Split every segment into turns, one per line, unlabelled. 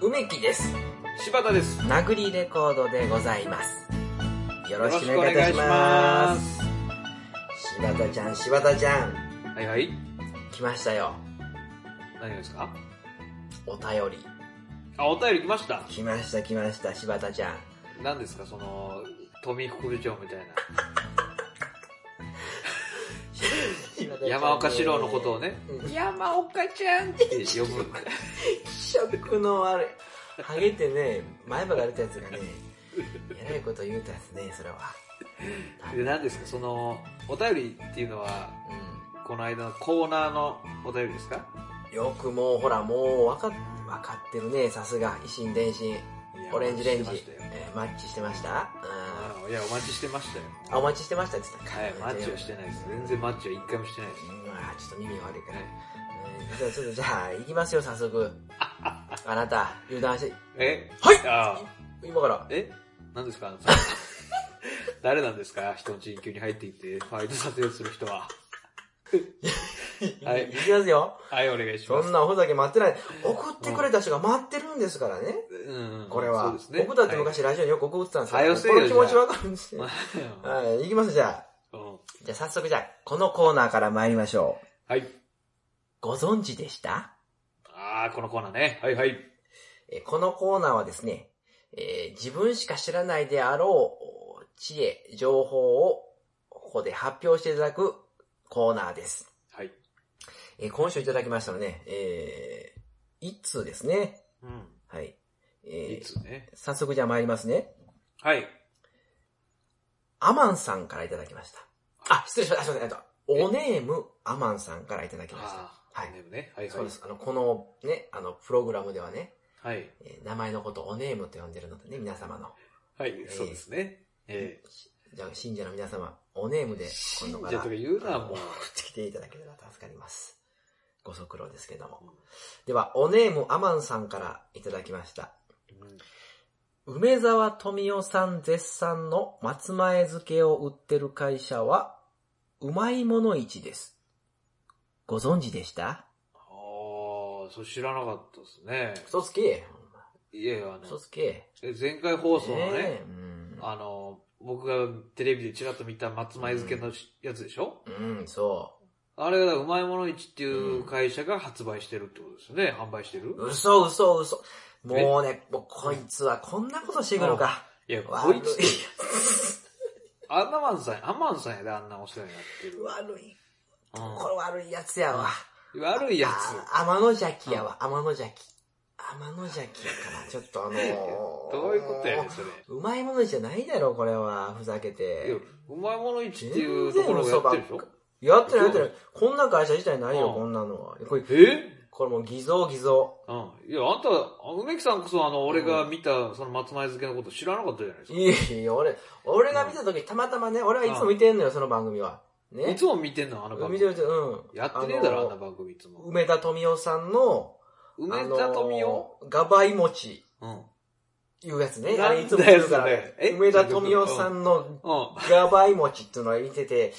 梅木です。
柴田です。
なぐりレコードでございます。よ
よ
ろしくお願いいたします。柴田ちゃん、柴田ちゃん、
す。はいはい。
来ましたよ。
何がですか
お便り。
あ、お便り来ました。
来ました来ました、柴田ちゃん。
何ですかその、富副部長みたいな。山岡四郎のことをね
う、
山岡ちゃんって呼ぶ。
気色の悪い。ハゲてね、前歯が出たやつがね、えらいこと言うたやつね、それは。
で、何ですかその、お便りっていうのは、
う
この間のコーナーのお便りですか
ん。よくもう、ほら、もう、わかっ、わかってるね、さすが。維新伝心。オレンジレンジ
いやお待ちしてましたよ。
えーマッチしてましたうん。
あいや、お待ちしてましたよ。
あ、お待ちしてましたって言ってた
はい、マッチはしてないです。全然マッチは一回もしてないです。
うんあーちょっと耳が悪いから。うんじゃあ、ちょっと、じゃあ、行きますよ、早 速。あなた、油断して、
え
はい
あー
今から。
え何ですかあのさ誰なんですか人の地急に入っていって、ファイト撮影する人は。はい
行きますよ。
はい、お願いしま
そ
す。
んなおふざけ待ってない。送ってくれた人が待ってるんですからね。
うんうん
これは。
そうですね。
僕だって
はい
昔ラジオによく送ってたんです
は
よ。
よ
こ
せよ
の気持ちわかるんですよ。
は
はい、行きます、じゃあ。
いうん
じゃあ早速じゃあ、このコーナーから参りましょう。
はい。
ご存知でした
あー、このコーナーね。はいはい。
えーこのコーナーはですね、えー自分しか知らないであろう知恵、情報をここで発表していただくコーナーです。
はい。
えー今週いただきましたのね、えー、一通ですね。
うん。
はい。
い
えー
つね。
早速じゃあ参りますね。
はい。
アマンさんからいただきました。あ、失礼しました。あ、すいません。えっとおネームアマンさんからいただきました。
あー、
はい
ネームね。はいはい。
そうです。あの、このね、あの、プログラムではね、
はい。
えー名前のことをおネームと呼んでるのでね、皆様の。
はい、そうですね。え
じゃあ、信者の皆様、おネームで
え。
今
信
度
者
か
と
ら
か
送っ
言うな、もう。
てきていただければ助かります。ご足労ですけども。では、おネームアマンさんからいただきました。
うん
梅沢富美男さん絶賛の松前漬けを売ってる会社は、うまいもの市です。ご存知でした
あー、そう知らなかったですね。
嘘つけ。
いやいや、あの
嘘つけ。
え前回放送のね、
えうん
あの、僕がテレビでちらっと見た松前漬けのしやつでしょ、
うん、そ
あれがうまいもの市っていううん会社が発売してるってことですよね。販売してる
う。嘘嘘嘘。もうね、もうこいつはこんなことしてくるのか。
いや、こ
悪い
いつ、アマンさん、アマンさんやであんなお世話になってる。
悪い。これ悪いやつやわ。
うん悪いや
あ天の邪気やわ、天の邪気。天の邪気やから、ちょっとあのー
つ。どういうことやねん、それ。
うまいものじゃないだろ、これは。ふざけ
いや
て。
うまいもの市っていうところをやってるでしょ
やってないやってない。こんな会社自体ないよ、
うん
こんなのは。これ、
え
これもう偽造偽造。
うん。いや、あんた、梅木さんこそあの、俺が見た、その松前漬けのこと知らなかったじゃないですか。
いやいや、俺、俺が見た時、たまたまね、俺はいつも見てんのよ、その番組は。
い
ね。
つも見てんの、あの番
見
組
て。ると、うん。
やってねえだろ、あんな
の
番組いつも。
梅田富夫さんの、
梅田富美男
あのーガバイ餅。
うん。
いうやつね。あ
なんだよ
れいつも見るから
それえ
梅田富夫さんの
う
ガバイ餅っていうのを見てて、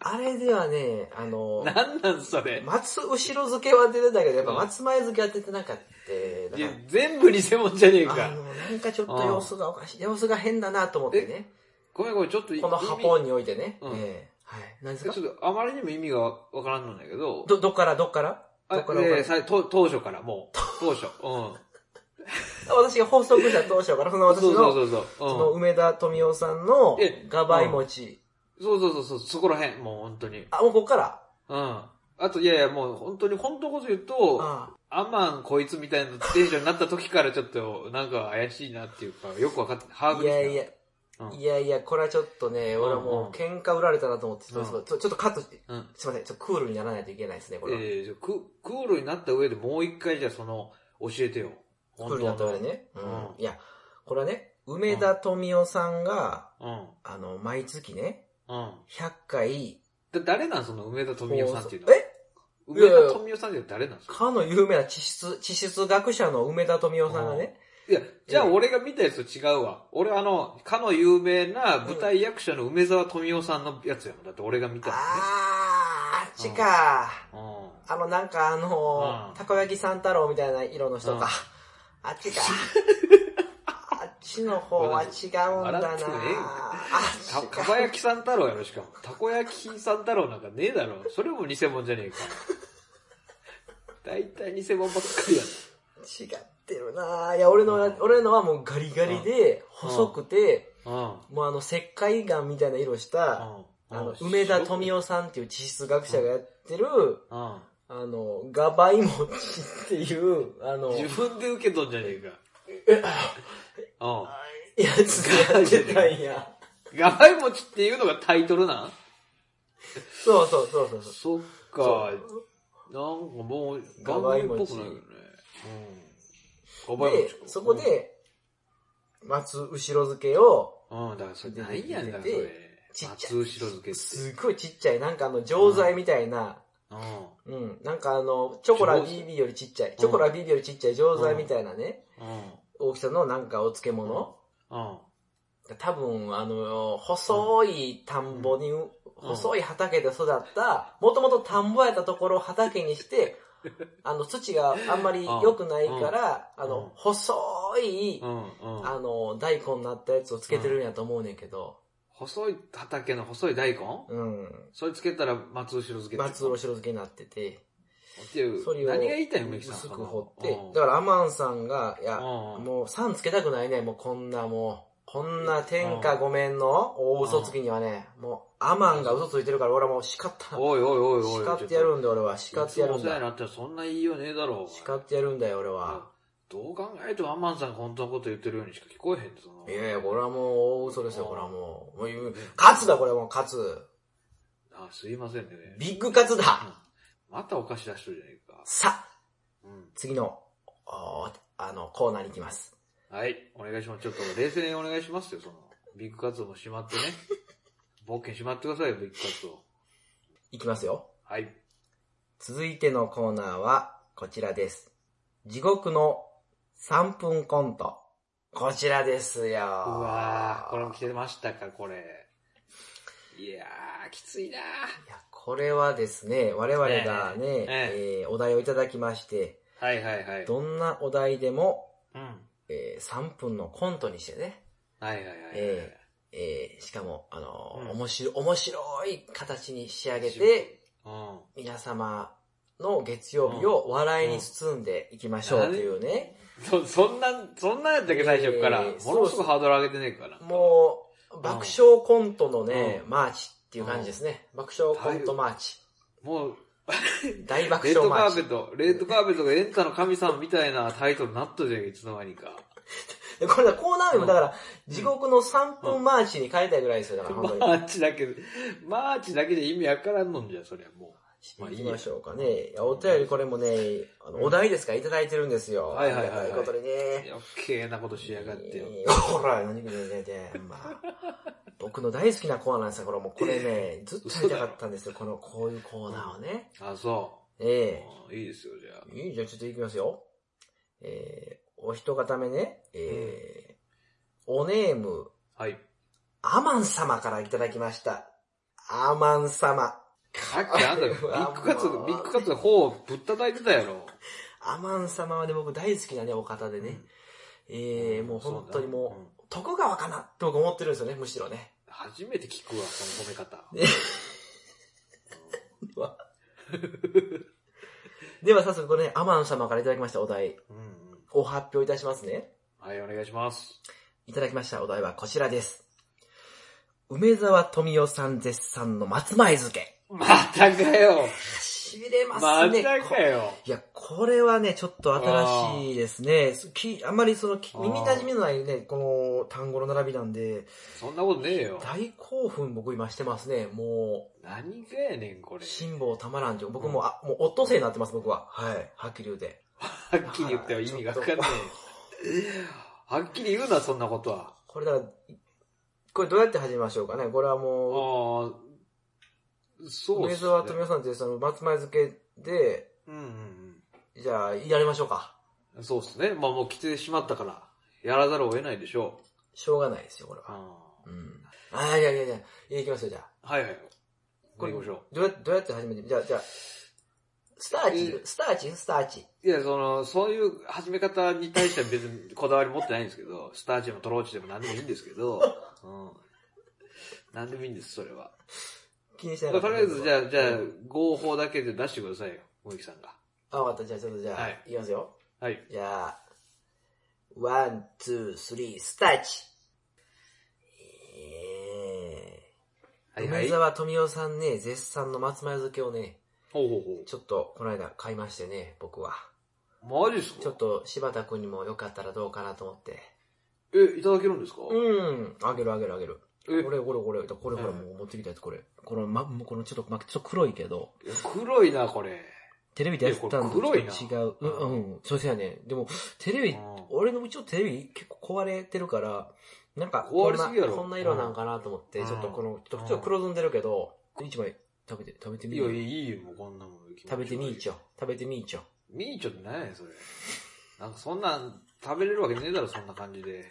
あれではね、あの
ん。、なんなんそれ。
松後ろ漬けは出てたけど、やっぱ
うん
松前漬けは出てなかった。
いや
だ、
全部偽物じゃねえ
からあ
か。
の、なんかちょっと様子がおかしい、様子が変だなと思ってね。
ごめんごめん、ちょっと意味。
このハポンにおいてね。
うん
ええはい。何です
ちょ
か
っとあまりにも意味がわからんのだけど。
ど、どっからどっから
あ
どっから
いやいや
わか
さと当初からもう。当初。うん。
私が放送した当初から、その私
そうそ
の、
うそうそう。
そうの
ん
梅田富夫さんの
え
ガバイ餅。
そうそうそうそう、そこら辺、もう本当に。うん。
あ、もうこっから。
あと、いやいや、もう本当に、本当のこと言うと、
あ
アマンこいつみたいなテンションになった時からちょっと、なんか怪しいなっていうか、よくわかって、ハー
あ
ブ
いやいや、
うん
いやいや、これはちょっとね、俺はもう喧嘩売られたなと思って、
うん
そうそうちょっとカットして、
うん。
すいません、ちょっとクールにならないといけないですね、これは。
ええじゃあク、クールになった上でもう一回じゃあその、教えてよ。
クールになったわけね。う
当の
ん。いや、これはね、梅田富夫さんが、
うん。
あの、毎月ね、
うん。
100回、
だ誰なんその梅田富美男さんっていうのは。
え
梅田富美男さんって誰なんですか
かの有名な地質、地質学者の梅田富夫さんがね、
いや、じゃあ俺が見たやつと違うわ。俺あの、かの有名な舞台役者の梅沢富美男さんのやつやもん。だって俺が見たのね。
あー、あっちか。
うん。
あの、なんかあの
うん
ー、たこ焼き三太郎みたいな色の人か。あっち か。あっちの方は違うんだな
笑ってもええよ
あっち
た、
か
かば焼きさん太郎やろ、しかも。たこ焼きさん太郎なんかねえだろ。それも偽物じゃねえか。大体偽物ばっかりやな
違ってるないや、俺のは、
うん
俺のはもうガリガリで、細くて、
うん。
もうあの、石灰岩みたいな色した、あの、梅田富
夫。
夫さんっていう地質学者がやってる、
うん。
あの、ガバイモチっていう、あの、
自分で受け取んじゃねえか。
やつがやってたんや。
うん。ガバイ餅っていうのがタイトルなん
そうそうそうそうそう。
そっか。なんかもう、
ガ
番
バイ
組っ
モ
ぽ
チ
くないよね。うん。ガバイ
で
餅か、
そこ、で、松後ろ付けを、
うん、うんだからそれ何やねんだから、
で
それ。
ちっちゃい
松後ろ漬けって。
すっごいちっちゃい、なんかあの、錠剤みたいな、
うん。
うん、なんかあの、チョコラ
錠剤
BB よりちっちゃい、
ん
チョコラ BB よりちっちゃい錠剤みたいなね、
うん。
大きさのなんかお漬物、
うん。
多分あの、細い田んぼに、細い畑で育った、もともと田んぼやったところを畑に して、あの、土があんまり良くないから、
うん
あ
うん
の、細い、
うん。うん。
あの、大根になったやつをつけてるんやと思うねんけど、
細い畑の細い大根
うん。
それつけたら松後ろ漬けって
松おろしろ漬けになってて、
っていう
それを
何が言いたいの梅木さん
薄く掘って
うん、
だからアマンさんが、いや、
うん
もう酸つけたくないね、もうこんなもう、こんな天下ごめんの大嘘つきにはね、もうアマンが嘘ついてるから俺はもう叱った。
おいおいおいおい。
叱ってやるんだ俺は、叱ってやるん
いつもお世話に
だ。
なったらそんな言いようねえだろう。
叱ってやるんだよ俺は。
どう考えてもアンマンさんが本当のこと言ってるようにしか聞こえへんぞ。
いやいや、これはもう大嘘ですよ、これはもう。もう
うん
勝つだこれはもう勝つ。
あ、すいませんね。
ビッグ勝つ
うん
だ
またお菓子出してるじゃねえか。
さあ、
うん。
次の、おあの、コーナーに行きます。
はい、お願いします。ちょっと冷静にお願いしますよ、その。ビッグカツオもしまってね。冒険しまってくださいよ、ビッグカツオ。
行きますよ。
はい。
続いてのコーナーはこちらです。地獄の3分コント。こちらですよ。う
うわー、これも来てましたか、これ。いやー、きついなー。
いやこれはですね、我々がね、
ええ
えーお題をいただきまして、
はいはいはい。
どんなお題でも、
うん。はい
えー3分のコントにしてね、
はいはい。
ええーしかも、あのー
うん
面白、面白い形に仕上げて、
うん。
皆様の月曜日を笑いに包んでいきましょうというね。
そ、そんな、そんなんやったっけ、最初から。
えー
ものすごくハードル上げてねえから。
もう、爆笑コントのね、
う
マーチっていう感じですね。爆笑コントマーチ。
もう、
大爆
レッド
笑マ
カ
ー
ーペ
チ
ッ。ト、レッドカーペットがエンタの神様みたいなタイトルになっとるじゃんいつの間にか。
でこれだ、コーナー名もだから、
うん
地獄の3分マーチに変えたいぐらいですよ、だから
マ
本当に。
ーチだけで、マーチだけで意味わからんのんじゃ、そりゃもまあ
行
いい
き
や
ましょうかね。いやお便りこれもね、あのお題ですからいただいてるんですよ。
はいはいはいはい
ありがたいことに
う。
ね。
余計なことしやがってよ。
えーほら、何言ってて、まあ。僕の大好きなコーナーですよ、これもうこれね、ずっとやりたかったんですよ、この、こういうコーナーをね。
あ、そ
え
う
え。
うんいいですよ、じゃあ。
いいじゃあちょっといきますよ。えー、お一方目ね、えー、おネーム、
はい。
アマン様からいただきました。アマン様。
さっきあんた、ビッグカツ
あ、
ビッグカツの方をぶったたいてたやろ。
アマン様はね、僕大好きなね、お方でね。えー、もう本当にもう、
そだねん
徳川かなって僕思ってるんですよね、むしろね。
初めて聞くわ、その褒め方。
えでは早速これね、アマン様からいただきましたお題
うんうん。
を発表いたしますね。
はい、お願いします。
いただきましたお題はこちらです。梅沢富美男さん絶賛の松前漬け。
またかよ
しびれま
ますた
ね。
かよ
いや、これはね、ちょっと新しいですね。すきあんまりその、き
あー
耳馴染みのないね、この単語の並びなんで、
そんなことねえよ。
大興奮僕今してますね。も
何がやねん、こ
う、
れ。
辛抱たまらんじょ。僕もう、あ、もう、オットセイになってます、僕は。はい。はっきり言うて。
はっきり言っては意味がわかんねえ。はっきり言うな、そんなことは。
これだから、これどうやって始めましょうかね。これは
あ
も
あ、
う、
そう
梅沢富美男さんってその、松前漬けで、
うんうん
じゃあ、やりましょうか。
うん。そうっすね。まあもう来てしまったから、やらざるを得ないでしょ
しょうがないですよ、これ
う。う
は。
ん
うん。あー、いやいやいや、いや、いきますよ、じゃあ。
はいはい。
こ
こ
れ
れ行きましょ
どうやって、どうやって始めて、じゃあ、じゃあ、スターチよ、スターチよスターチ。
いや、その、そういう始め方に対しては別にこだわり持ってないんですけど、スターチでもトローチでも何でもいいんですけ ど、うん。何でもいいんです、それは。
気にしなか
と
った。
りあえず、じゃあ、じゃあ、合法だけで出してくださいよ、萌木さんが。
あ、わかった。じゃあ、ちょっとじゃあ、
はい
い、きますよ。
はい。
じゃあ、ワン、ツー、スリー、スターチ。え
は
ー
いは
梅
い。
沢富美男さんね、絶賛の松前漬けをね、
ほうほうほう。
ちょっとこの間買いましてね、僕は。
マジっす
ちょ
か
っと柴田くんにもよかったらどうかなと思って。
え、いただけるんですか
うん、あげるあげるあげる。
え
これこれこれ、これこれ
うん
もう持ってきたやつこれ。このま、もうこのちょっと、ま、ちょっと黒いけど、
いや黒いな、これ。
テレビでやったんとちょっと違う。
いやこれ黒いな
うん、うん、そうですよね。でも、テレビ
うん
俺のうちのテレビ結構壊れてるから、なんかこ
壊
ん
れ
な、
すぎやろ
こんな色なんかなと思って、
うん
ちょっとこの、ちょ
うん
っと黒ずんでるけど、一枚食べて、食べて
い
み
や、
よう。
いいよ、もうこんなもん。
食べてみーちょ。食べてみーちょ。
ミーチョって何やねん、それ。なんかそんなん食べれるわけねえだろ、そんな感じで。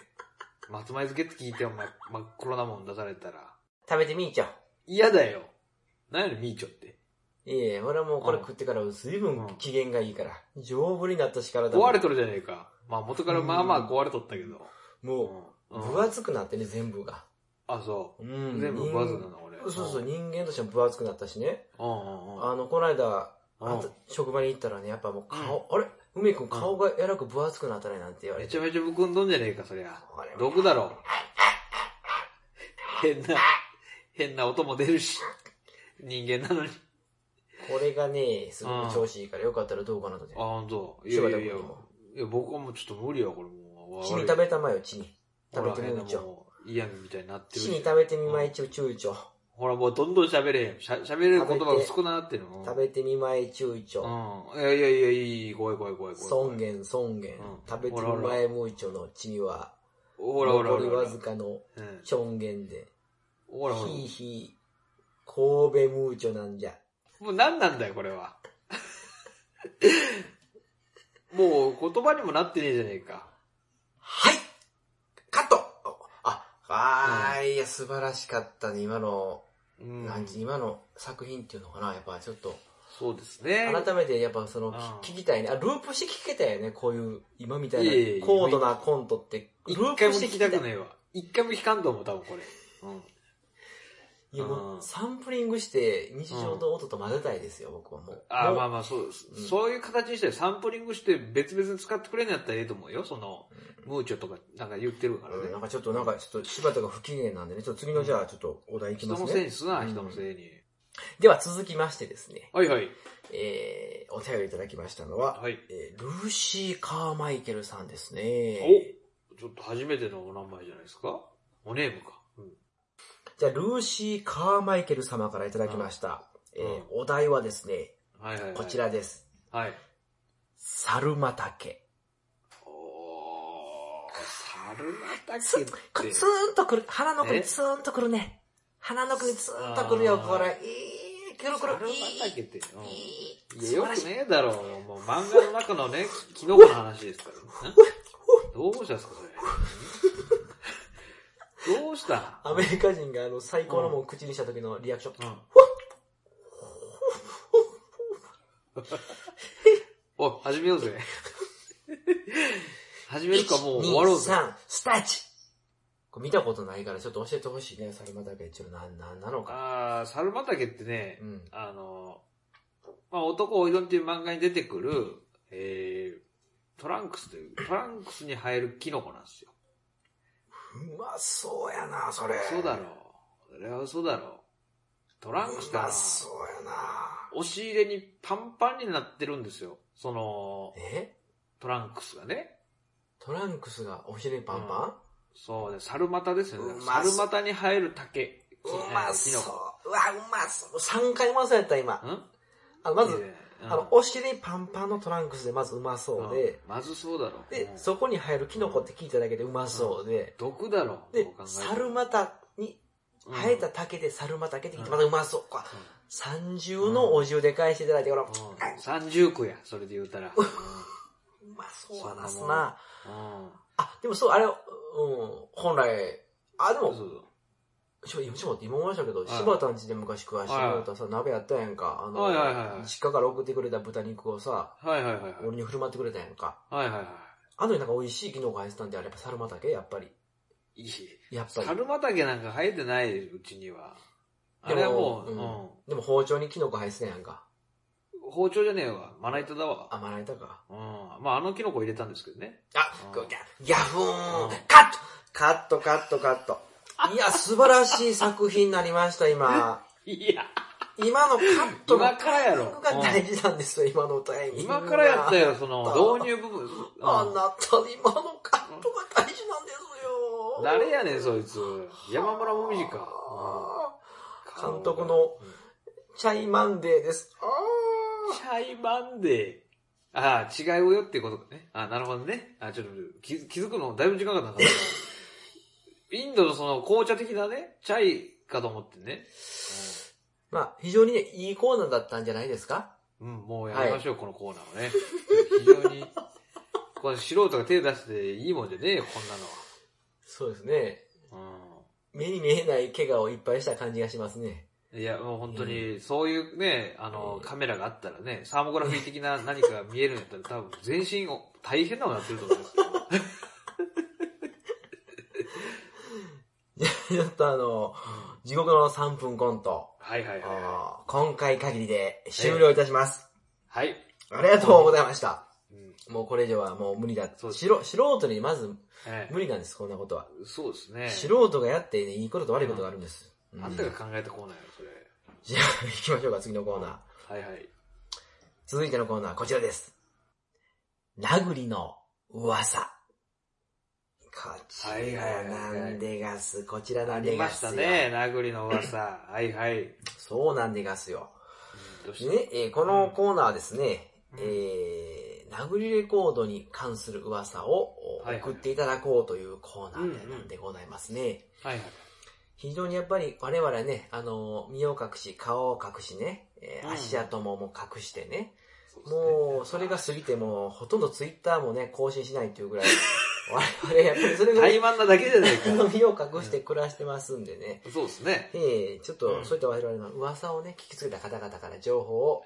松前漬けって聞いて、お前、真っ黒なもん出されたら。
食べてみーちょ。
嫌だよ。何やねん、ミーチョって。
いえいえ、俺はもうこれ
うん
食ってから随
う
分
ん
機嫌がいいから、丈夫になったしからだもん
壊れとるじゃねえか。まあ元からまあまあ壊れとったけど。
もう、
うん
分厚くなってね、全部が。
あ、そうう。
ん。
全部バズなの、俺。
人そうそう、
ん。
人間としても分厚くなったしね。
うんうんうん。
あの、この間、
う
あ
ん
と職場に行ったらね、やっぱもう顔、あれ梅君顔がやらく分厚くなったねなんて言われ
め
て。
ちゃめちゃむくんどんじゃねえか、そりゃ
あれ。
毒だろ。変な、変な音も出るし。人間 なのに。
これがね、すごく調子いいからよかったらどうかなと思って
あ、。ほんと。いやいやいや
柴田君も。
いや、僕はもうちょっと無理や、これもう。
血に食べたまよ、血に。
ほ
食
ら
べてみましょう。
もう嫌みみたいになって
血
るし
に食べてみまいちゅうちゅうちょ。
ほら、もうどんどん喋れへん。しゃ喋れる言葉が少なってるの。
食べてみまいちゅうちょ。
うん。いやいやいや、いい、怖い怖い怖い怖い。
尊厳尊厳
うん。
食べてみまいむいちょの血には、
ほらほらほ
残
ら。
りわずかの
うん。
ちょんげんで、
ほらほら。
ひいひい、神戸ムーチョなんじゃ。
もう何なんだよ、これは。 もう言葉にもなってねえじゃねえか。
はいカットあ、あーいや、素晴らしかったね、今の、
うん。
なんて今の作品っていうのかな、やっぱちょっと、
そうですね。
改めてやっぱその、
うん
聞聞きたいね。あ、ループして聞けたよね、こういう、今みた
いえいえ
い
いえ
な高度なコントって、ル
一
ー
回
プ
も
して
聞
聞
き
き
た
た
く
い。
ねえわ。一回も聞かんと思う、多分これ。うん。
いや、も
うん
う、サンプリングして、日常の音と混ぜたいですよ、僕はもう。
ああ、
もう
まあまあ、そう、
うん
そういう形にしてサンプリングして別々に使ってくれんやったらええと思うよ。その、ムーチョとかなんか言ってるからね
うん。なんかちょっと、なんかちょっと柴田が不機嫌なんでね、ちょっと次のじゃあちょっとお題いき
人
ます
のせい
ね。
にすな、
うん
人のせいに。
では続きましてですね、
はいはい。
えー、お便りいただきましたのは、
はい。
えールーシー・カーマイケルさんですね。
おちょっと初めてのお名前じゃないですかおネームか。うん。
じゃあ、ルーシー・カーマイケル様からいただきました。
うん
えー
うん
お題はですね、
はいはい、はい。
こち。らです。
はい。
サルマタケ。
おー、猿
ツ
畑
ン
っ、
こ
て。
ツーンとくる。鼻の奥
え
にツーンとくるね。鼻の奥にツーンとくるよ、
あー
これ。いい、くるくる。
猿畑
い
って。うん
い、いい、
いや、
素
よ
晴ら
く
しい。
ねえだろう。もう漫画の中のね、 キノコの話ですから、 ね。どうしたんですか、それ。どうした
アメリカ人があの、最高のもんを口にした時のリアクション。
うん。おい、始めようぜ。始めるかもう終わろうぜ。
1 2 3スターチこれ見たことないから、ちょっと教えてほしいね、サルマタケ。ちょっとなん、なんなのか。
あー、猿畑ってね
う、ん。
あの、まあ、男おいどんっていう漫画に出てくる、えー、トランクスという、トランクスに生えるキノコなんですよ。
うまそうやな、それ。
そうだろう。それは嘘だろう。トランクス
う
だ
ま
な。
そうやな。
押し入れにパンパンになってるんですよ。その、
え
トランクスがね。
トランクスがお尻パンパ
そうね、猿股ですよね
う。まそ
猿股に生える竹。
ンうま
キ
そ
ノコ
う。うわ、うまそう。3回うまそうやった、今。
ん
あの、ま
いい
ず、
ねうん
あの、お尻パンパンのトランクスでまずうまそうで、
うんまずそうだろ。
で
う、ん
そこに入るキノコって聞いただけでうまそうで、
毒だろ。
で
どう考え、ても
猿股に生えた
うん
竹で猿股竹って聞いて
うん
またうまそう。こう三重のお重で返していただいて、ほら、う
うんうん三重苦や、それで言うたら。うん
まそうやな、す
そんなもん
な。
うん
あ、でもそう、あれ、うん、本来、あ、で
そ
も
う、そう
ちょ、今ちょっと待って、今思いましたけど、柴田んちで昔食わしてくれたさ、鍋やったやんか。あ
はいはいはいは
の、
い
実家から送ってくれた豚肉をさ、
はいはいはいはい。
俺に振る舞ってくれたやんか。
はいはいは
あのになんか美味しいキノコ入ってたんであれば、サルマタケやっぱり。
い。いい。
やっぱり。
猿畑なんか生えてないうちには。あ
でも
れはもう、
うん
う
でも包丁にキノコ入ってたやんか。
ん。包丁じゃねえわ。まな板だわ。
あ、まな板か。
うん。まああのキノコ入れたんですけどね。
あ
うん、
こうギャギャフーン
うん
カットカットカットカット。いや、素晴らしい作品になりました、今。
いや、
今のカット
今
が
からやろ。
が大事なんですよ、今のタイミングが。
今からやったよ、そ
うん
の導入部分。
あ
う
なた、今のカットが大事なんですよ。
ん誰やねん、そいつ。山村もみじか。うん
監督の。
うん
チャイマンデーです。あ
シャイマンデー。ああ、違うよってことかね。ああなるほどね。ああちょっと気づ気づくのだいぶ時間がかかったな。インドのその紅茶的なね、チャイかと思ってね。
まあ、非常にね、いいコーナーだったんじゃないですか
うん、うんもうやめましょう、このコーナーをね。非常に。これ素人が手出していいもんじゃねえよ、こんな
そうですね。
のは。うん。
目に見えない怪我をいっぱいした感じがしますね。
いや、もう本当に、そういうね、あの、
うん
カメラがあったらね、サーモグラフィー的な何かが見えるんだったら、多分全身を大変なことになってると思いますよ。
ちょっとあの、地獄の3分コント、
はいはいはい
あ
は
ー今回限りで終了いたします。
い。はい。
ありがとうございました。
うん
もうこれ以上はもう無理だ。
そうです
しろ素人にまず
ええ
無理なんです、こんなことは。
そうですね。
素人がやって、ね、いいことと悪いことがあるんです。うん
あんたが考えたコーナーよ、それ。
じゃあ、行きましょうか、次のコーナー。
はいはい。
続いてのコーナーはこちらです。殴りの噂。こちらなんでがす、こちらな
あ
んで
りま
が
し
す
た
よ。
ね、殴りの噂。はいはい。うん
そうなんでがすよ。
どうした
ね、えーこのコーナーはですね、
うん
えー、殴りレコードに関する噂をお
はいはい
送っていただこうというコーナーなんでございますね。
はいはい。
非常にやっぱり我々ね、あの、身を隠し、顔を隠しね、えー
うん
足跡もも隠してね、
そですね
もう、それが過ぎても、ほとんどツイッターもね、更新しないっていう ぐらい、我々やっぱりそれぐら
怠
い、
慢なだけじゃないか。
身を隠して暮らしてますんでね。
そうですね。
ええちょっ
う
と、
ん
そういった我々の噂をね、聞きつけた方々から情報を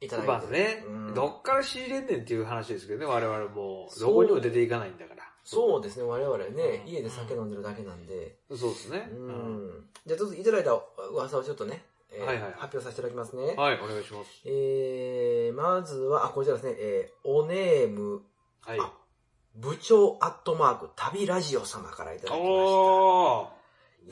いただいて。
まあね
うん、
どっから仕入れんねんっていう話ですけどね、我々もう。
そう
どこにも出ていかないんだから。
そうですね、我々ね、
うん
家で酒飲んでるだけなんで。
そうですね
う。ん。じゃあ、ちょっといただいた噂をちょっとね、えー
はいはいはい
発表させていただきますね。
はい、お願いします。
えー、まずは、あ、こちらですね、えー、おネーム、
はい。
あ部長アットマーク、旅ラジオ様からいただきました。
おー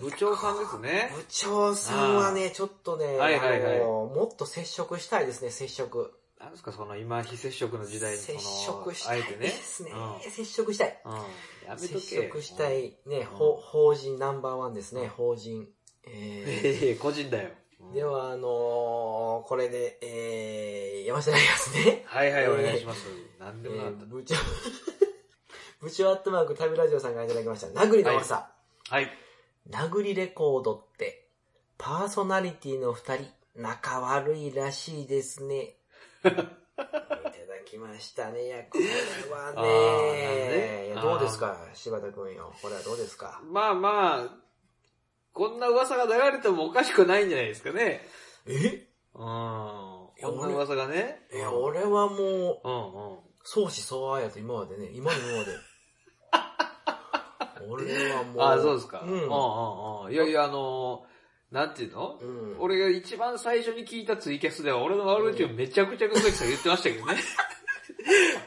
部長さんですね。
部長さんはね、ちょっとね、
はいはいはい
あのもっと接触したいですね、接触。
なんですか、その今、非接触の時代に、そ
接
の、
触し
あ
た
え
い
て
で
ね。
すね。
う
接触したい。
ん。うんやめと
接
け。
触したい、ね、
うん
ほ法人ナンバーワンです
う
ね
ん、
法人。
うん。
え
ええ、個人だよ。
ー、では、あのーこれで、えー、山下大ですね
うん。。はいはい、
え
お
ー
願いします。なんでもなかっ
えー部長、 部長アットマーク旅ラジオさんからいただきました。殴りの噂。
た。はい。
殴りレコードって、パーソナリティの二人、仲悪いらしいです ね。いただきましたね。いや、これは
あーなるほど
ね。
ね
いやどうですか、柴田くんよ。これはどうですか
まあまあ、こんな噂が流れてもおかしくないんじゃないですかね。
え
うん。こんな噂がね。
いや、俺はもう、
うんうん。
相思相愛やと今までね、今の 今まで。俺はもう。
ああ、そうですか。
う
うんんうんうん。いやいや、あのー、なんていうの
うん。
俺が一番最初に聞いたツイキャスでは、俺の悪口をめちゃくちゃ梅木さん言ってまし たけどね。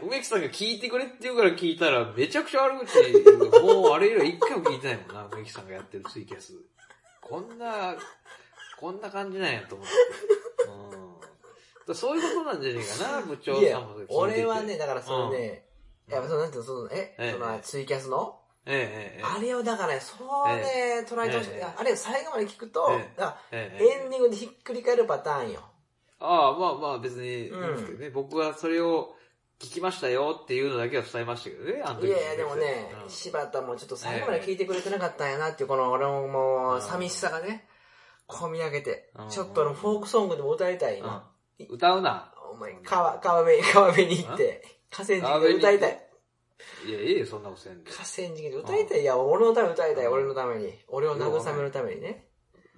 梅木さんが聞いてくれって言うから聞いたら、めちゃくちゃ悪口、もうあれ以来一回も聞いてないもんな、梅木さんがやってるツイキャス。こんな、こんな感じなんやと思って。うん。だからそういうことなんじゃねえかな、部長
い
さ
や
んも聞いてて。
俺はね、だからそのね、
うん
やっぱその、なんていうの、その、え、
ええ
そのツイキャスの
ええ、ええ
あれをだからね、そうね、捉えてほしく
え
て、
え
あれを最後まで聞くと、
ええ
だから
ええ、ええ
エンディングでひっくり返るパターンよ。
ああ、まあまあ別にいいんですけどね、僕はそれを聞きましたよっていうのだけは伝えましたけどね、あの
い
時
やいや、でもね、
うん
柴田もちょっと最後まで聞いてくれてなかったんやなっていう、この俺ももう、寂しさがね、込み上げて
う、ん
ちょっとあの、フォークソングでも歌いたい、今。
うん歌うな。
お前、川、川辺、 川辺に行って、河川敷で歌いたい。
いや、いいよ、そんなことせんで。
河川敷で歌いたい。いや、俺のために歌いたい、
うん
俺のために。俺を慰めるためにね。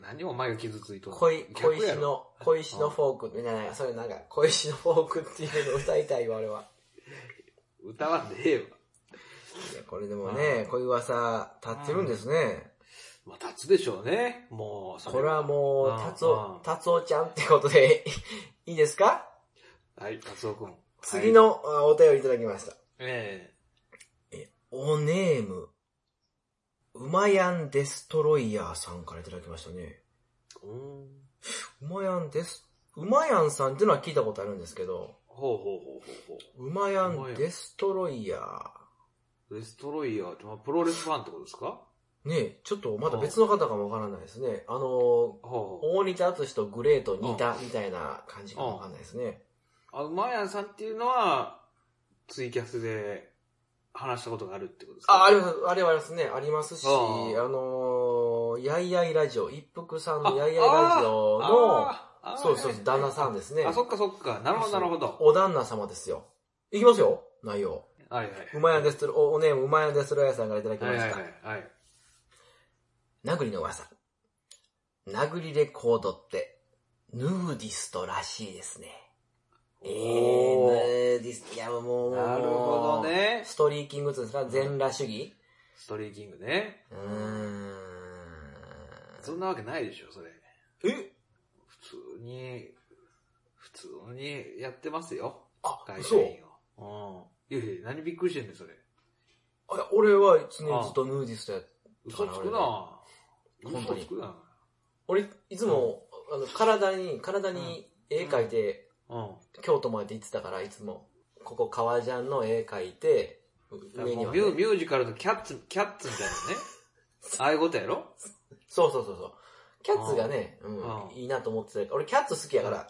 何お前が傷ついとる
小い小
逆や
石
ろ
の、小石のフォーク、じゃない、それなんか、小石のフォークっていうのを歌いたいよ、俺は。
歌わんでええわ。
いや、これでもね、こういう噂、立ってるんですね。
まあ、立つでしょうね。もう、そ
これはも
うん
う、達
うん
夫、達夫ちゃんってことで、 いいですか
はい、達夫くん。
次のあお便りいただきました。
え
おネーム、うまやんデストロイヤーさんからいただきましたね。
えうん
うまやんデス、うまやんさんっていうのは聞いたことあるんですけど、
ほうほうほうほうほ
うまやんデストロイヤ
う。デストロイヤーって、まあ、プロレスファンってことですか
ー。ねえちょっとまた別の方かもわからないですね。あの、
ほうほう。
大仁田敦とグレート似たみたいな感じかもわかんないですね。
あ、マヤンさんっていうのは、ツイキャスで話したことがあるってことですか
あ、あります、あれはありますね。ありますし、
あ
あ
あ
のー、やいやいラジオ、一服さん
あ
のやいやいラジオの、
あーあー
そうそう
はいはい
旦那さんですね。
あ、そっかそっか。なるほど、なるほど。
お旦那様ですよ。いきますよ、内容。。
はいはいう
まやんですと、お、おねえもうまやんですろやさんからいただきま
はい
し
はい
た
は。い。はい。
殴りの噂。殴りレコードって、ヌーディストらしいですね。えー、
お
ヌ
ー
ーディスト、いやもうもう、
なるほど。ね。
ストリーキングっていうんですか全裸主義
ストリーキングね。
うーん。
そんなわけないでしょ、それ。
え
普通に、普通にやってますよ。
あ
会、社
そう。
員を。うん。いやいや、何びっくりしてんねん、それ。
あいや俺は一年ずっとヌーディストや
嘘つくな
本当に
嘘つくな
俺、いつも、あの、体に、体に絵描いて、
うん。
京都まで行ってたから、いつも、ここ革ジャンの絵描いて、上に
も
は、
うミ
ね。
ュミュージカルのキャッツ、キャッツみ たいなね。ああいうことやろ
そうそうそうそう。キャッツがね、う
うん
ん、いいなと思ってたから、俺キャッツ好きやから、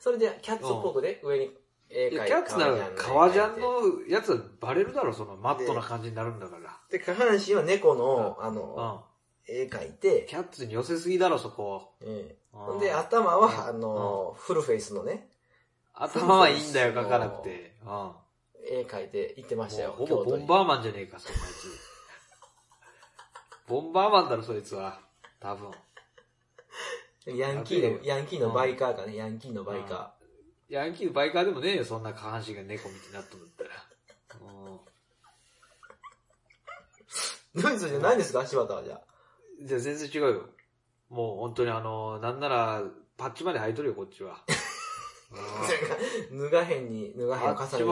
それでキャッツっぽくで上に絵描い
い
て。
や、キャッツなら革
革
ジ
ジャン
ャン
の絵描いて
のやつはバレるだろ、そのマットな感じになるんだから。
で、下半身は猫の、あの、
う
絵描い
ん。
て、
キャッツに寄せすぎだろ、そこ。
ええ
うん
で、頭は、あの、フルフェイスのね、
頭はいいんだよ、書かなくて。うん。も
絵描いて行ってました
う
よ。
ほぼボン
に
バーマンじゃねえか、そんなやつ。ボンバーマンだろ、そいつは。多分。
ヤンキー
やべ
の、ヤンキーのバイカーかね、ヤンキーのバイカ
ヤンキーのバイカーでもねえよ、そんな下半身が猫みたいになっとるんだったら。うん。
ー。ドイツじゃないんですか柴田はじゃあ。
じゃあ全然違うよ。もう本当にあの、なんなら、パッチまで履いとるよ、こっちは。うん
脱がへんに、脱がへんを重ねてく
あっち
る。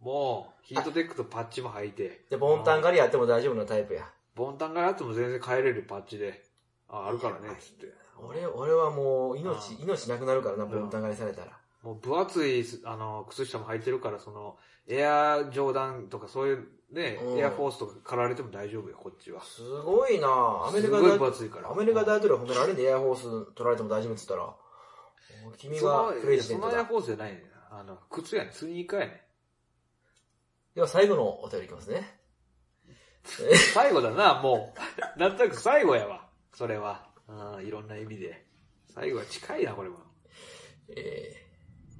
もう、ヒートテックとパッチも履いて。
じゃあ、ボンタン狩りやっても大丈夫なタイプや。
ボンタンがやつも全然帰れるパッチで。あ、あるからね、つって。
俺、俺はもう、命、
う
命なくなるからな、
ん
ボンタン狩りされたら。
もう分厚い、あの、靴下も履いてるから、その、エアジョーダンとかそういうね、
うん
エアフォースとかかられても大丈夫よ、こっちは。
すごいなぁアメリカ
すごい
大
分厚いから。
アメリカ
だ
大統領褒められんでエアホース取られても大丈夫って言ったら、お君がプレジデント
そのエア
だ。
フォースじゃないねんなあの、靴やねんスニーカーやねん
では最後のお便りいきますね。
最後だな、もう。 なんとなく最後やわ。それは。うん、いろんな意味で。最後は近いな、これも。
え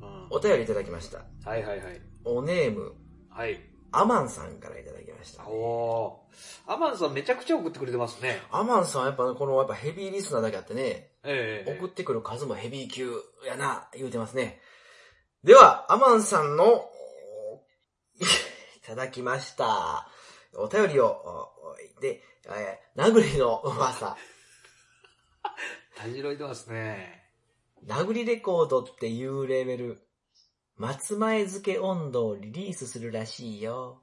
う
ー、。
ん
お便りいただきました。
はいはいはい。
おネーム、
はい。
アマンさんからいただきました。
おー。アマンさんめちゃくちゃ送ってくれてますね。
アマンさんはやっぱこのやっぱヘビーリスナーだけあってね、
ええ
送ってくる数もヘビー級やな、言うてますね。では、アマンさんの、 おいただきました。お便りを、おで、えー、殴りの噂。
たじろいてますね。
殴りレコードっていうレーベル、松前漬け温度をリリースするらしいよ。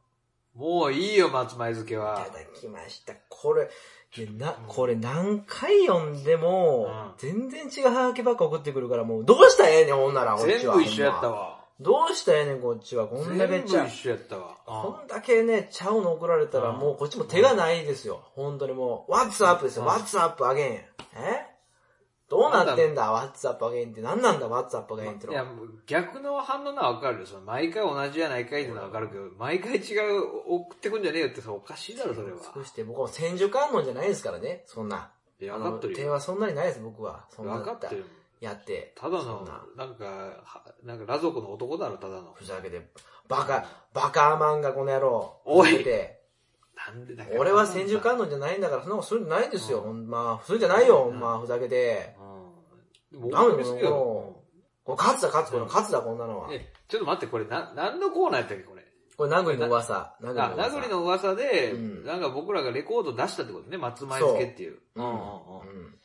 もういいよ、松前漬け
い
は
た。だきました。これ、いやな、これ何回読んでも、全然違うハガキばっか送ってくるから、もうどうしたらええねん、ほんなら、こっち
全
は。
部一緒やった
ほんま
わ。
どうしたらええねん、こっちは。こん
全
だ
部
けちゃう
一。緒やったわ。
こ
うん
だけね、ちゃうの送られたら、
うん
もうこっちも手がないですよ。本当にもう、What's up ですよ。
うん
What's up again? えどうなってんだ ?What's up again って何なんだ ?What's up
ん
again って
い
の
や、
は。
もう逆の反応ならわかるよ。その毎回同じやないかいってのはわかるけど、毎回違う送ってくんじゃねえよって、それおかしいだろ、それは。
そして僕は千手観音じゃないですからね、そんな。
いや、
あ
わか
の、
ってる
手
よ。
はそんなにないです、僕は。そんな
わかってるよ。
やって。
ただ
そ
の
んな、
なんか、はなんか、ラ族の男だろ、ただの。
ふざけて、バカ、バカマンがこの野郎。
お
ふ
い
ざけて
なんでだよ
俺は千住観音じゃないんだから、そんなことするんじゃないんですよ、
うん
ほんま。普通じゃないよ、ほ
うん
んま、ふざけて。
うん。でも、大好きだ
もこれ勝つだ、勝つ、これ勝つだ、こんなのは。
え、ちょっと待って、これ、な、何のコーナーやったっけ、これ。
これ、名栗の噂。名栗の
あ、
噂。
名栗の噂で、
うん
なんか僕らがレコード出したってことね、松前付けっていう。
うん
うん
うん。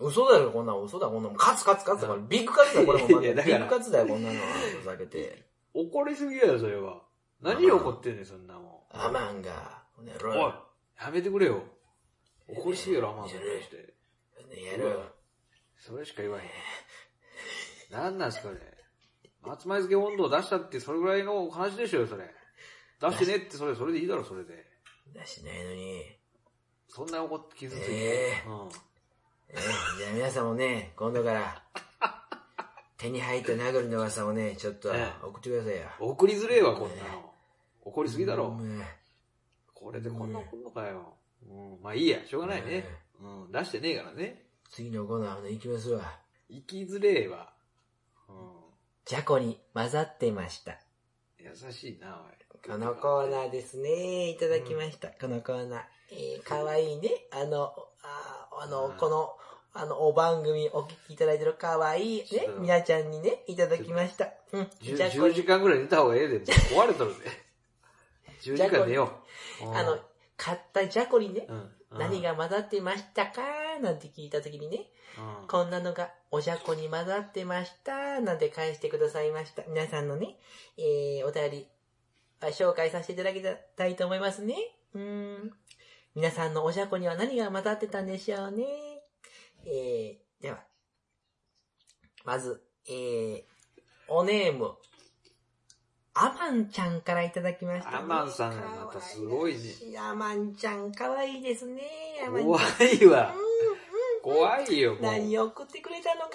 嘘だよ、こんなの嘘だ、こんなの。勝つ、勝つ、勝つだ、これ。ビッグ勝つだよ、これも。ま
い
ず
や
ビ
だから
ッグ勝つだよ、こんなのは。ふざけて。
うん怒りすぎやよ、それは。何怒ってんねん、そんなもん。
アマンが、この野
おい、
郎
やめてくれよ。怒りすぎやろ、アマンさんに対して。
やる。
それしか言わへん。なんなんすかね。松前漬け温度を出したって、それぐらいの話でしょよ、それ。出してねって、それ、それでいいだろ、それで。
出しないのに。
そんな怒って傷ついて。
え
うん。
えーじゃあ皆さんもね、今度から、手に入った名栗の噂をね、ちょっと
え
送ってくださいよ。
送りづれえわ、こんなの。怒りすぎだろ。
うん
これでこんな怒んのかよ。うん、まあいいや、しょうがないね。うん、出してねえからね。
次のコーナーの行きますわ。
生きづれえわ。う
じゃこに混ざってました。
ん、優しいな、おい。
このコーナーですね。いただきました。このコーナー。えー、かわいいね。あの、あーあ
うん
の、この、あの、お番組お聞きいただいてるかわいいね
そう。
みなちゃんにね、いただきました。うん。
じゅ
じゃこ
10時
に、
間ぐらい寝た方がええで、もう壊れとる で。10時間寝よう。うん
あの、、買ったじゃこにね、
うんうん
何が混ざってましたかなんて聞いたときにね、
うん
こんなのがおじゃこに混ざってました。なんて返してくださいました。皆さんのね、えー、お便り、あ紹介させていただきたいと思いますね。うーん。皆さんのおじゃこには何が混ざってたんでしょうね。えー、では。まず、えー、おネーム、アマンちゃんからいただきました、
アマンさんがまたすごいね
かわらしいアマンちゃん、かわいいですね。アマンちゃん
怖いわ
う。んうん
怖いよ、もう。
何を送ってくれたのかな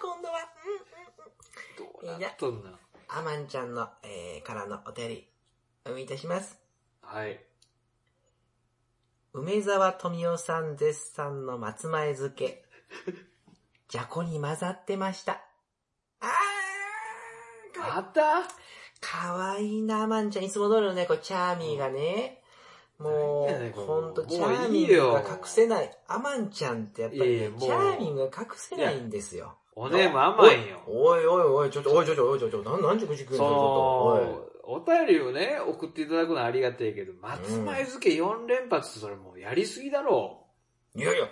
今度は。
どうなっとんな。
アマンちゃんの、えー、からのお便り、お読みいたします。
はい。
梅沢富美男さん絶賛の松前漬け。じゃこに混ざってました。あーか
また
かわいいな、アマンちゃん。いつも通りのね、こう、チャーミーがね。も
なんやねん
う、
この
ほんと、
もう
チャーミ
いい
ー
よ
が隠せない。アマンちゃんってやっぱりね、
いやいやもう
チャーミーが隠せないんですよ。
おねも甘いよ。
おいおいおい、ちょっと、おいちょっと、おいちょっと、なん、なんちゅう口食うんだ
そ
よ、ちょ
の、お便りをね、送っていただくのはありがたいけど、松前漬け4連発ってそれもうやりすぎだろ
っと、おい。いやいや、
う。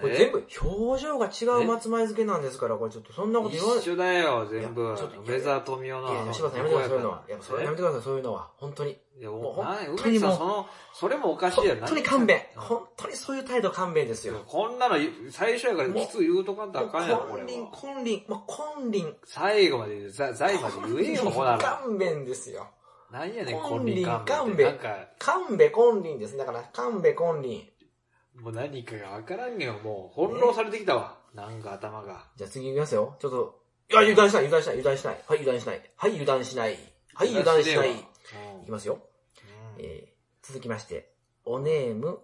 これ
え
全部、表情が違う松前漬けなんですから、これちょっと、そんなこと言わない。
一緒だよ、全
い
部
やちょっと。
梅沢富美男の。
いや、吉田さんやめてください、そういうのは。いや、それやめてください、そういうのは。本当に。
いや、
も
も
う
う、なん
本当
梅
に
沢
も
さ、
うん
その、それもおかしいや
本
な。
当に勘弁。
うん
本当にそういう態度勘弁ですよ。
こんなの、最初やからきつい言うとかんとあかんやろ、こ
もう
れ
金輪、
は。
金輪、もう金輪。
最後まで、ざ財まで言えよ、ほら。
勘弁ですよ。
何やねん、
金
金
輪
輪勘
勘
弁
弁
って。なんか、
勘弁金輪です。だから、勘弁金輪。
もう何かがわからんけど、もう、翻弄されてきたわ。なんか頭が。
じゃあ次行きますよ。ちょっと、いや、油断しない、油断しない、油断しない。はい、油断しない。はい、油断しない。はい、油断しない。
うん
いきますよ。
うん
えー続きまして、おネーム、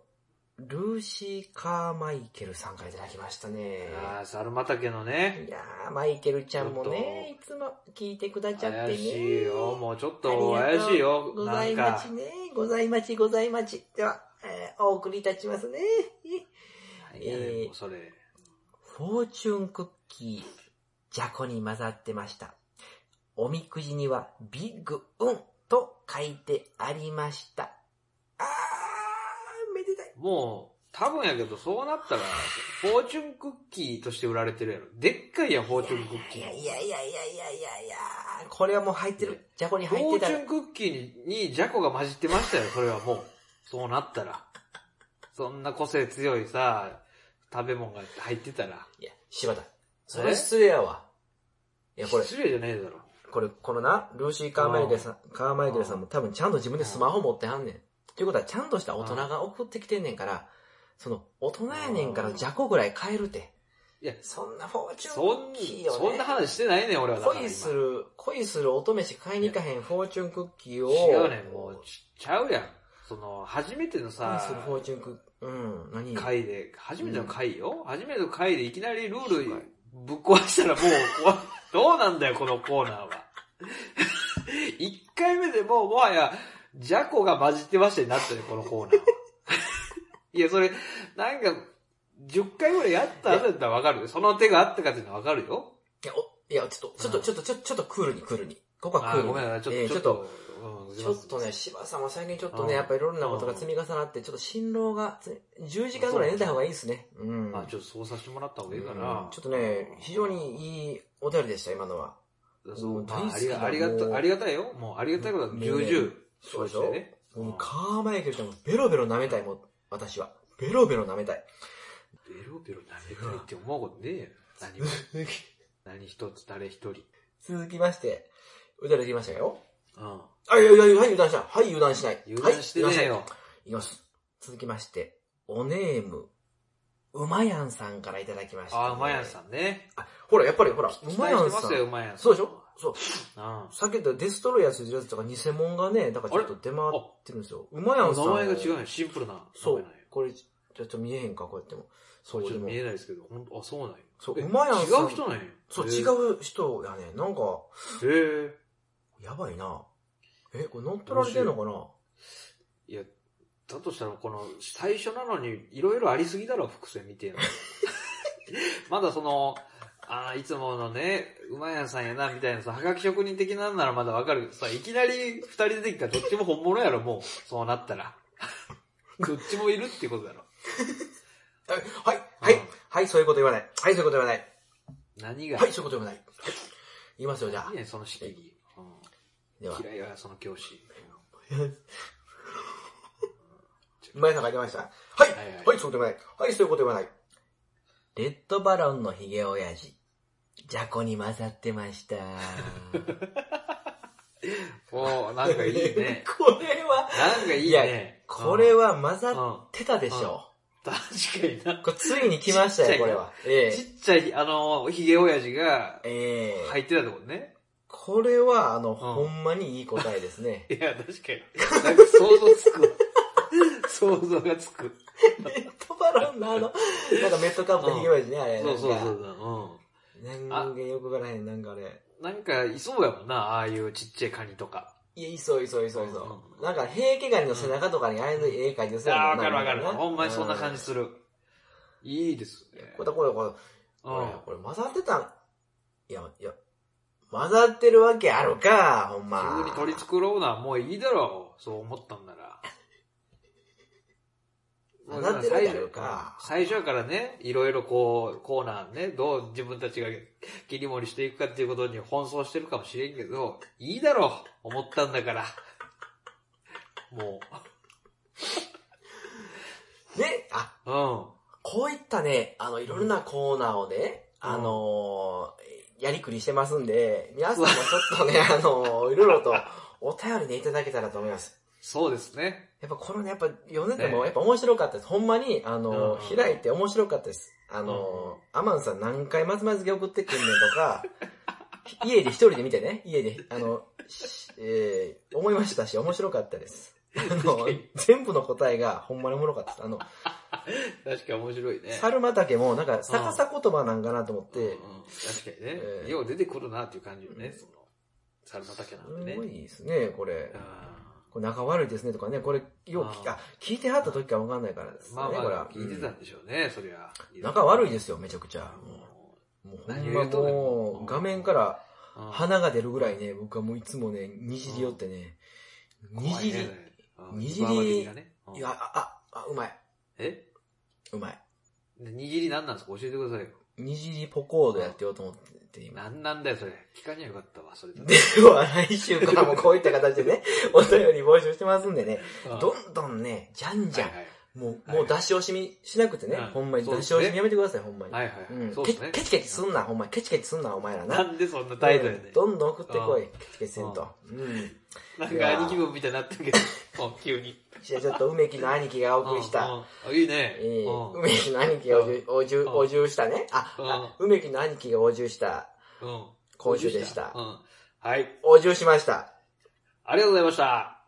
ルーシー・カーマイケルさんからいただきましたね。
ああ、猿畑のね。
いやー、マイケルちゃんもね、いつも聞いてくだちゃってね。
怪しいよ。もうちょっと
あり
怪
がとう
しいよ。
ご
な
ざ
ん
いま
か
ち。ね。ございまち、ございまち。では、えーお送りいたしますね。
何やねんもうそれ。
フォーチュンクッキー、じゃこに混ざってました。おみくじにはビッグ運と書いてありました。あー、めでたい。
もう、多分やけど、そうなったら、フォーチュンクッキーとして売られてるやろ。でっかいやん、フォーチュンクッキ
いや
ー。
いやいやいやいやいやいやこれはもう入ってる。じゃこに
フ
入って
ォー
た
チ
ら
ュンクッキーに、に、ジャコが混じってましたよ、それはもう。そうなったら。そんな個性強いさ、食べ物が入ってたら。
いや、柴田。それ失礼やわ。いや、これ、
失礼じゃねえだろ。
これ、このな、ルーシー・カーマイケルさん、カーマイケルさんも多分ちゃんと自分でスマホ持ってはんねん。ということは、ちゃんとした大人が送ってきてんねんから、その、大人やねんからじゃこぐらい買えるて。
いや
そんなフォーチュン
そん
クッキー、を
そん
ね
な。話してないねん、俺はだから今。
恋する、恋する乙女しか買いに行かへんフォーチュンクッキーを。
違うねん、もう、ちちゃうやん。その、初めての
恋
さ
す、るフォーチュンクッキー、うん、何
回で、初めての回よ、初めての回でいきなりルールぶっ壊したらもう、こわ どうなんだよ、このコーナーは。1回目でもう、もはや、ジャコが混じってましたになったね、このコーナーは。 いや、それ、なんか、10回ぐらいやった後だったらわかるよ。その手があったかっていうのはわかるよ。
いや、おいや、ちょっと、ちょっと、ちょっと、ちょっと、ちょっとクールにクールに。ここは
あ
クール
ー
に。
ごめんなさい、ちょっと、
えーちょっと、、
うん
ちょっとね、、柴さんは最近ちょっと
うん
ね、やっぱいろんなことが積み重なって、ちょっと辛労がつ、10時間ぐらい寝た方がいいですね。うん。
あ、ちょっとそうさせてもらった方がいいか
う。
なん
ちょっとね、非常にいいお便りでした、今のは。
そう、
もう
まあ、あ
大好
り
き
が、
だ
ありが
も
た、
う
ありがたいよ。もう、ありがたいことは
もうね
重々。
そうでし
承知
ょ
てね。
も
うん
うカーマイケルちゃんもベロベロ舐めたい、もう、私は。ベロベロ舐めた い。
ベロベロ舐めたいって思うことねえよ。 何も。何一つ、誰一人。
続きまして、歌できましたよ。
うん。
あ、いやいや、はい、油断しない。はい、油断しない。
油断してねえ
はい、油断しない
よ。
いきます。続きまして、おネーム、うまやんさんからいただきました、
あ、うまやんさんね。
ほら、やっぱりほら、
期
うま
待
や
して
ん
ま
さ。
すよ、うんまやんさん。
そうでしょそう。
うん。あ
さっき言ったデストロイヤーするやつとか偽物がね、だからちょっと出回ってるんですよ。うまやんさ
名
ん。
前が違うね。シンプルな。
そう
名前なんよ。
これ、ちょっと見えへんか、こうやっても。
そ、
そうう、
ちょ
で
っと
も
見。えないですけど、ほんと、あ、そうなんや。
そう
え
うまやんさん
違う人なんや。
そう、
へえ
違。う人やね。なんか、
へえ。
やばいな。え、これ乗っ取られてんのかない
や、だとしたらこの、最初なのに、いろいろありすぎだろ、伏線見てんの。 まだその、ああ、いつものね、うまやんさんやな、みたいなさ、はがき職人的なんならまだわかるけどさ、いきなり二人出てきたらどっちも本物やろ、もう、そうなったら。 どっちもいるってことだろ。
あはい、は
う
い
ん、
はい、そういうこと言わない。はい、そういうこと言わない。
何が、
はい、そういうこと言わない。言いますよ、じゃあ
いい。ね、その仕切り。うん
では、
嫌いはその教師。
前さんが言いました。はい、
はいはい
はい、そういうこと言わない。はい、そういうこと言わない。レッドバロンのヒゲ親父。じゃこに混ざってま した。。
おー、なんかいいね
これは、
なんかいい
いや
ね。
これ
は、
は混
うん
ざってたでしょ
確かにな。
う。これついに来ました
ちっちゃい
よ、これは。え
ちっちゃい、あの、ひげ親父が
え。ええ。
入ってたってことね。
これは、あの、ほ
うん
んまにいい答えですね。
いや、確かに。なんか想像つく。想像がつく。
レッドバロンのあの、なんかメットカップひげ親父ね、あれ。
そうそうそ
なんか
うそ
なんかよくわからへん、なんかあれ。
う。うん。なんか、いそうやもんな、ああいうちっちゃいカニとか。
いや、いそういそういそういそう
うんうん
う。なんか、平家ガニの背中とかにああいうの絵描いて
あ
そう
あ、
や
わ
も
か
ん
る
な
わかる。
なん
ほんまにそんな感じ
う
する。いいですね。
これこれこれ、
う
こ
ん
れ、これ混ざってたん。いや、いや、混ざってるわけあるか、ほんま。
急に取り繕うのはもういいだろう。そう思ったんな ら。
混ざってるわけあるか。
最初からね、いろいろこう、コーナーね、どう自分たちが切り盛りしていくかっていうことに奔走してるかもしれんけど、いいだろう思ったんだから。も
ね、あ、
う。う
こういったね、あの、いろんなコーナーをね、
うん
あのーやりくりしてますんで、皆さんもちょっとね、あのーいろいろとお便りね、いただけたらと思います。
ん。そうですね。
やっぱこのね、やっぱ読んでて
ね
も、やっぱ面白かったです。ほんまに、あの
うん
ー
うん
開いて面白かったです。あのーアマンさん何回まずまず送ってくんねんとか、 家で一人で見てね、家で、あの、しえー思いましたし、面白かったです。あの
かに、
全部の答えがほんまにおもろかったです。あの、
確かに面白いね。
猿畑もなんか逆さ言葉なんかなと思っ
うんうん
て、
確かにね、
えー
よう出てくるなっていう感じよね、その、猿畑なん
す
でね。
ごいですね、これ
うん。
これ仲悪いですねとかね、これ、よう聞き
あ
あ、聞いてはった時かわかんないからですね、
まあま
これ
あ
は、
聞いてたんでしょうね、そりゃ。
うん仲悪いですよ、めちゃくちゃ。もうほ
何
ん
を
ま
言うとんねん
も
うん
う、画面から
うん
鼻が出るぐらいね、僕はもういつもね、にじり寄ってね、にじり、い
に
に
じ
じ
り
り
うん。にじりね。うん
や、あ、あ、あ、うまい、
え
うまい。
でにじり何なんですか教えてくださいよ。
にじりポコードやってようと思って、今。
何なんだよ、それ。聞かにゃよかったわ、それだった
では、来週からもこういった形で ね、お便り募集してますんでね、
ら。
どんどんね、じゃんじゃん
はい、はい
もう、
はい
もう出し惜しみしなくてね、
うん
ほんまに
そう
出
で
し
すね
惜しみやめてください、ほんまに。
はいはいは
う
い。
ん、
そう
ケチ
ですね。
ケチケチすんな、ほんまに。ケチケチすんな、お前ら
な
な。
んでそんな態度やねん。
どんどん送ってこい、ケチケチせんと。うん。
なんか兄貴分みたいになってるけど、うん急に。
じゃあちょっと梅木の兄貴がお送りし
うん
た、
うんあ、いいね。
ええ
うん
梅木の兄貴がおじゅおじゅ
うん
おじゅうしたね。あ、あ梅木の兄貴がおじゅうした、
うん。
今週でした
う。ん。はい。
おじゅうしました。
ありがとうございました。